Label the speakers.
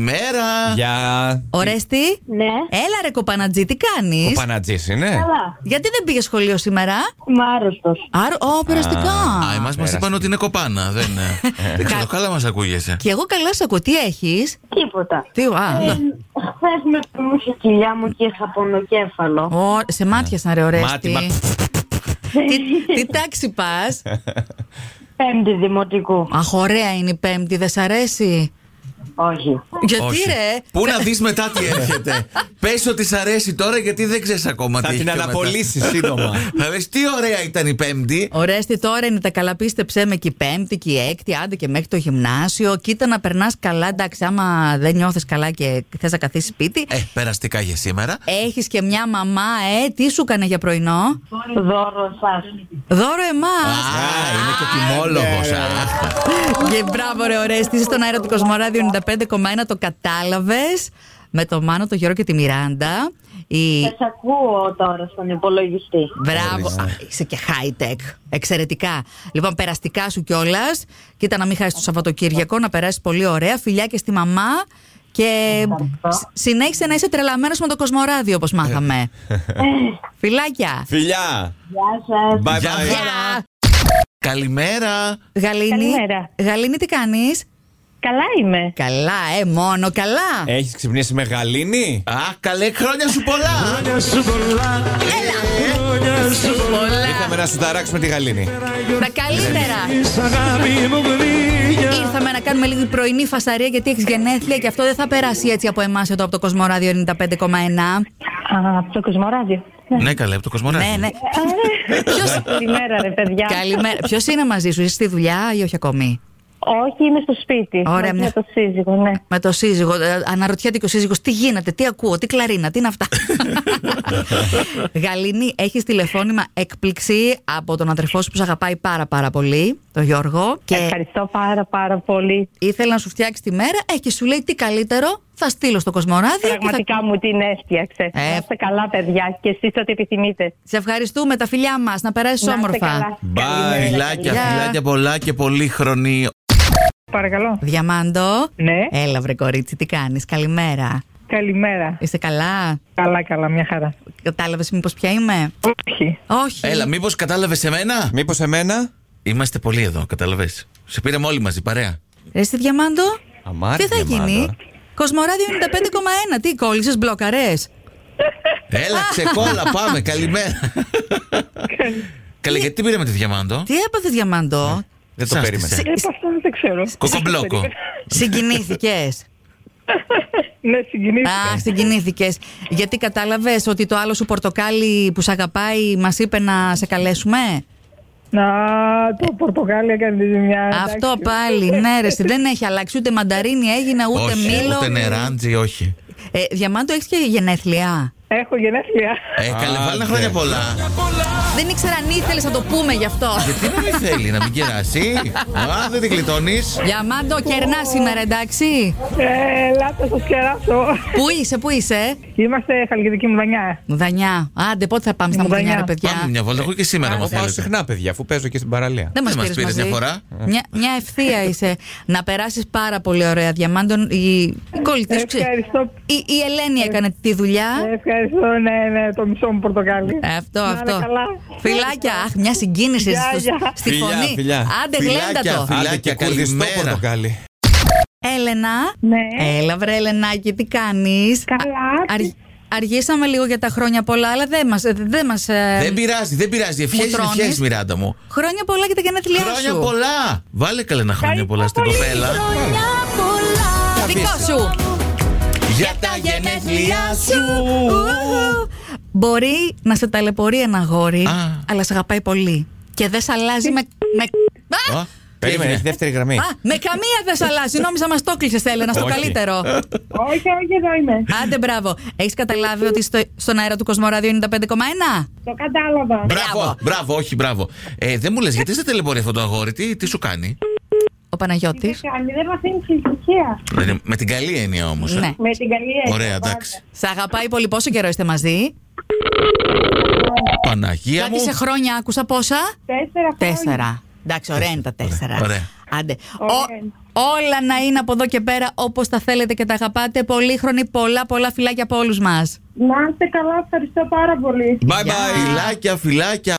Speaker 1: καλημέρα.
Speaker 2: Για.
Speaker 3: Ορέστη.
Speaker 4: Ναι.
Speaker 3: Έλα ρε κοπανατζή, τι κάνεις.
Speaker 2: Ο Πανατζής είναι.
Speaker 4: Καλά.
Speaker 3: Γιατί δεν πήγες σχολείο σήμερα.
Speaker 4: Είμαι άρρωστος.
Speaker 3: Άρα, ω, περαστικά.
Speaker 1: Α, εμάς μας
Speaker 2: πέρασε.
Speaker 1: είπαν ότι είναι κοπάνα. Δεν ε. είναι.
Speaker 2: Ε.
Speaker 1: Δεν ξέρω, καλά μας ακούγεσαι.
Speaker 3: Και εγώ καλά σ' ακούω. Τι έχεις.
Speaker 4: Τίποτα.
Speaker 3: Τι, α,
Speaker 4: Ε, Χθες με πνούσε η κοιλιά μου και είχα πονοκέφαλο.
Speaker 3: Ω, σε μάτιασαν ρε
Speaker 2: Μάτι,
Speaker 3: Ορέστη.
Speaker 2: μα.
Speaker 3: Τι, τι τάξη πας.
Speaker 4: Πέμπτη δημοτικού.
Speaker 3: Αχ, ωραία είναι η Πέμπτη, δεν σ' αρέσει.
Speaker 4: Όχι.
Speaker 3: Γιατί
Speaker 1: Όχι.
Speaker 3: ρε.
Speaker 1: Πού να δεις μετά τι έρχεται. Πες ότι σ' αρέσει τώρα γιατί δεν ξέρεις ακόμα
Speaker 2: Θα
Speaker 1: τι
Speaker 2: την
Speaker 1: έχει και μετά.
Speaker 2: αναπολύσεις σύντομα.
Speaker 1: Θα λες τι ωραία ήταν η Πέμπτη.
Speaker 3: Ορέστη, τώρα είναι τα καλά. Πίστεψε με και η Πέμπτη και η Έκτη, άντε και μέχρι το γυμνάσιο. Κοίτα να περνάς καλά. Εντάξει, άμα δεν νιώθεις καλά και θες να καθίσεις σπίτι.
Speaker 1: Ε, περαστικά για σήμερα.
Speaker 3: Έχεις και μια μαμά, ε, τι σου έκανε για πρωινό.
Speaker 4: Δώρο σας.
Speaker 3: Δώρο εμάς.
Speaker 1: Α, είναι και τιμόλογος.
Speaker 3: Και μπράβο, ρε, Ορέστη. Είσαι στον αέρα του Κοσμοράδιο 95,1. Το κατάλαβες. Με το Μάνο, τον Γιώργο και τη Μιράντα. Η...
Speaker 4: Σας ακούω τώρα στον υπολογιστή.
Speaker 3: Μπράβο. Α, είσαι και high tech. Εξαιρετικά. Λοιπόν, περαστικά σου κιόλας. Κοίτα να μην χάσεις το Σαββατοκύριακο, να περάσεις πολύ ωραία. Φιλιά και στη μαμά. Και
Speaker 4: Ευχαριστώ.
Speaker 3: σ- συνέχισε να είσαι τρελαμένος με το Κοσμοράδιο, όπως μάθαμε. Φιλάκια.
Speaker 2: Φιλιά.
Speaker 4: Γεια σας.
Speaker 2: Bye
Speaker 1: Γεια.
Speaker 2: bye.
Speaker 3: Γεια.
Speaker 1: Καλημέρα.
Speaker 3: Γαλήνη.
Speaker 5: Καλημέρα.
Speaker 3: Γαλήνη, τι κάνεις.
Speaker 5: Καλά είμαι.
Speaker 3: Καλά, ε, μόνο καλά.
Speaker 2: Έχεις ξυπνήσει με γαλήνη.
Speaker 1: Α, καλέ χρόνια σου πολλά. ε.
Speaker 2: Ήρθαμε να σου ταράξουμε τη γαλήνη.
Speaker 3: Τα καλύτερα. Ήρθαμε να κάνουμε λίγη πρωινή φασαρία γιατί έχεις γενέθλια και αυτό δεν θα περάσει έτσι από εμάς εδώ από το Κοσμοράδιο
Speaker 5: Α,
Speaker 3: 95,1.
Speaker 5: από το Κοσμοράδιο.
Speaker 1: ναι, καλέ, από το Κοσμοράδιο.
Speaker 3: ναι, ναι. Ποιος...
Speaker 5: Καλημέρα, ρε παιδιά.
Speaker 3: Καλημέρα. Ποιος είναι μαζί σου, είσαι στη δουλειά ή όχι ακόμη.
Speaker 5: Όχι, είμαι στο σπίτι.
Speaker 3: Ωραία,
Speaker 5: μαζί
Speaker 3: μια-
Speaker 5: Με το σύζυγο, ναι.
Speaker 3: Με το σύζυγο. ε, Αναρωτιέται και ο σύζυγος τι γίνεται, τι ακούω, τι κλαρίνα, τι είναι αυτά. Γαλήνη, έχεις τηλεφώνημα έκπληξη από τον αδερφό σου που σε αγαπάει πάρα πάρα πολύ, τον Γιώργο. Και
Speaker 5: Ευχαριστώ πάρα πάρα πολύ.
Speaker 3: ήθελε να σου φτιάξει τη μέρα ε, και σου λέει τι καλύτερο θα στείλω στο Κοσμοράδιο. και Ε, θα-
Speaker 5: Πραγματικά μου την έφτιαξε.
Speaker 3: Ε.
Speaker 5: Να είστε καλά, παιδιά. Και εσείς ό,τι επιθυμείτε.
Speaker 3: Σε ευχαριστούμε τα φιλιά μας. Να περάσει
Speaker 5: Να είστε
Speaker 3: όμορφα.
Speaker 5: καλά.
Speaker 2: Bye.
Speaker 1: Φιλάκια,
Speaker 3: Γεια.
Speaker 1: φιλάκια πολλά και πολύ χρονή.
Speaker 6: Παρακαλώ.
Speaker 3: Διαμάντο.
Speaker 6: Ναι,
Speaker 3: Έλα, βρε κορίτσι, τι κάνεις. Καλημέρα.
Speaker 6: καλημέρα.
Speaker 3: Είσαι καλά.
Speaker 6: Καλά, καλά, μια χαρά.
Speaker 3: Κατάλαβες μήπως ποια είμαι.
Speaker 6: Όχι.
Speaker 3: Όχι.
Speaker 1: Έλα, μήπως κατάλαβες εμένα.
Speaker 2: Μήπως εμένα.
Speaker 1: Είμαστε πολλοί εδώ, κατάλαβες. Σε πήραμε όλοι μαζί, παρέα.
Speaker 3: Ρε στη Διαμάντο.
Speaker 2: Αμάρι,
Speaker 3: τι θα
Speaker 2: Διαμάντο.
Speaker 3: γίνει. Κοσμοράδιο 95,1. Τι κόλλησες, μπλοκαρές.
Speaker 1: Έλα, ξεκόλα, πάμε. Καλημέρα. Καλέ, γιατί πήραμε τη διαμάντο.
Speaker 3: Τι έπαθε, Διαμάντο.
Speaker 2: Δεν το
Speaker 1: Σας
Speaker 2: περίμενα.
Speaker 1: τις-
Speaker 6: Ε, από αυτό δεν ξέρω.
Speaker 1: Κοκομπλόκο.
Speaker 3: Συγκινήθηκες.
Speaker 6: Ναι, συγκινήθηκα.
Speaker 3: Α, συγκινήθηκες. Γιατί κατάλαβες ότι το άλλο σου πορτοκάλι που σ' αγαπάει μας είπε να σε καλέσουμε.
Speaker 6: Να, το πορτοκάλι έκανε τη ζημιά.
Speaker 3: Αυτό
Speaker 6: εντάξει.
Speaker 3: πάλι, ναι, ρε, εσύ, δεν έχει αλλάξει ούτε μανταρίνι έγινε, ούτε
Speaker 1: όχι,
Speaker 3: μήλο.
Speaker 1: ούτε νεράντζι, όχι.
Speaker 3: Ε, Διαμάντο, έχεις και γενέθλια.
Speaker 6: Έχω γενέθλια.
Speaker 1: Ε, καλέ, βάλε ένα χρόνια πολλά.
Speaker 3: Δεν ήξερα αν ήθελες να το πούμε γι' αυτό.
Speaker 1: Τι να μην θέλει, να μην κεράσει. Α, δεν την γλιτώνει.
Speaker 3: Διαμάντο, κερνά σήμερα, εντάξει.
Speaker 6: Ε, Ελάτε, σα κεράσω.
Speaker 3: Πού είσαι, πού είσαι.
Speaker 6: Είμαστε χαλκιδική μου δανιά.
Speaker 3: Μουδανιά. Άντε, πότε θα πάμε στα
Speaker 6: Μουδανιά.
Speaker 3: μουδανιά, ρε παιδιά.
Speaker 1: Πάμε μια βόλτα, εγώ και σήμερα
Speaker 2: Εγώ
Speaker 1: μου
Speaker 2: πάω
Speaker 1: θέλετε. Ναι,
Speaker 2: συχνά, παιδιά, αφού παίζω και στην παραλία.
Speaker 3: Δεν
Speaker 1: Δεν
Speaker 3: μας
Speaker 1: μας
Speaker 3: πήρες
Speaker 1: πήρες μια φορά.
Speaker 3: Μια, μια ευθεία είσαι. να περάσεις πάρα πολύ ωραία. Διαμάντων, η, η κολλητή σου ξέρει.
Speaker 6: Ευχαριστώ. Ε,
Speaker 3: Η, η Ελένη έκανε τη δουλειά.
Speaker 6: Ευχαριστώ, ναι, ναι, το μισό μου πορτοκάλι.
Speaker 3: Αυτό,
Speaker 6: ε, Να είναι
Speaker 3: αυτό.
Speaker 6: καλά.
Speaker 3: Φιλάκια. Αχ, μια συγκίνηση
Speaker 6: Γεια,
Speaker 3: στους-
Speaker 6: γεια.
Speaker 3: στη
Speaker 2: Φιλιά,
Speaker 3: φωνή.
Speaker 2: φιλιά.
Speaker 3: Άντε,
Speaker 1: Φιλάκια,
Speaker 3: γλέντα το.
Speaker 1: φιλιά.
Speaker 2: Άντε και κολλιστό
Speaker 1: καλημέρα.
Speaker 2: πορτοκάλι.
Speaker 3: Έλενα.
Speaker 5: Ναι.
Speaker 3: Έλα, βρε, Ελενάκη, τι κάνεις.
Speaker 5: Καλά.
Speaker 3: αργήσαμε λίγο για τα χρόνια πολλά, αλλά δεν μας. Δεν μας, ε,
Speaker 1: Δεν πειράζει, δεν πειράζει. Ευχές είναι
Speaker 3: τρώνεις.
Speaker 1: ευχέ, Μιράντα μου.
Speaker 3: Χρόνια πολλά και τα γενέθλιά σου.
Speaker 1: Χρόνια πολλά! Βάλε καλέ ένα χρόνια πολλά στην κοπέλα.
Speaker 3: Δικό σου.
Speaker 1: Για τα γενέθλιά σου!
Speaker 3: Ου. Μπορεί να σε ταλαιπωρεί ένα γόρι,
Speaker 1: Α.
Speaker 3: αλλά σε αγαπάει πολύ. Και δεν σε αλλάζει με. με... Α!
Speaker 1: Α,
Speaker 2: Περίμενε, έχει
Speaker 1: έγινε.
Speaker 2: δεύτερη γραμμή.
Speaker 3: Α, με καμία δεν σε αλλάζει. Νόμιζα μας το κλείσε, Έλενα, στο
Speaker 2: Όχι.
Speaker 3: καλύτερο.
Speaker 6: Όχι, όχι, εδώ είμαι.
Speaker 3: Άντε, μπράβο. Έχεις καταλάβει ότι στο, στον αέρα του Κοσμοράδιο 95,1.
Speaker 6: Το
Speaker 1: Ε.
Speaker 6: κατάλαβα.
Speaker 1: Μπράβο, μπράβο, όχι, μπράβο. Ε, δεν μου λες, γιατί σε ταλαιπωρεί αυτό το αγόρι, τι, τι σου κάνει.
Speaker 3: Ο Παναγιώτης.
Speaker 6: Κάνει, Ε, δεν μας είναι ησυχία.
Speaker 1: Ε, Με την καλή έννοια όμως.
Speaker 3: Ναι.
Speaker 6: Με την καλή έννοια.
Speaker 1: Ωραία, εντάξει.
Speaker 3: Σε αγαπάει πολύ. Πόσο καιρό είστε μαζί.
Speaker 1: Παναγία
Speaker 3: Κάτι
Speaker 1: μου.
Speaker 3: σε χρόνια άκουσα πόσα.
Speaker 6: Τέσσερα χρόνια.
Speaker 3: Τέσσερα. Εντάξει, ωραία είναι τα τέσσερα.
Speaker 1: Ωραία.
Speaker 3: Άντε.
Speaker 6: Ωραία
Speaker 3: Ο-
Speaker 6: είναι.
Speaker 3: όλα να είναι από εδώ και πέρα όπως τα θέλετε και τα αγαπάτε. Πολύχρονη, πολλά, πολλά φυλάκια από όλους μας.
Speaker 6: Να είστε καλά, ευχαριστώ πάρα πολύ.
Speaker 2: Bye bye.
Speaker 1: Φιλάκια, φιλάκια.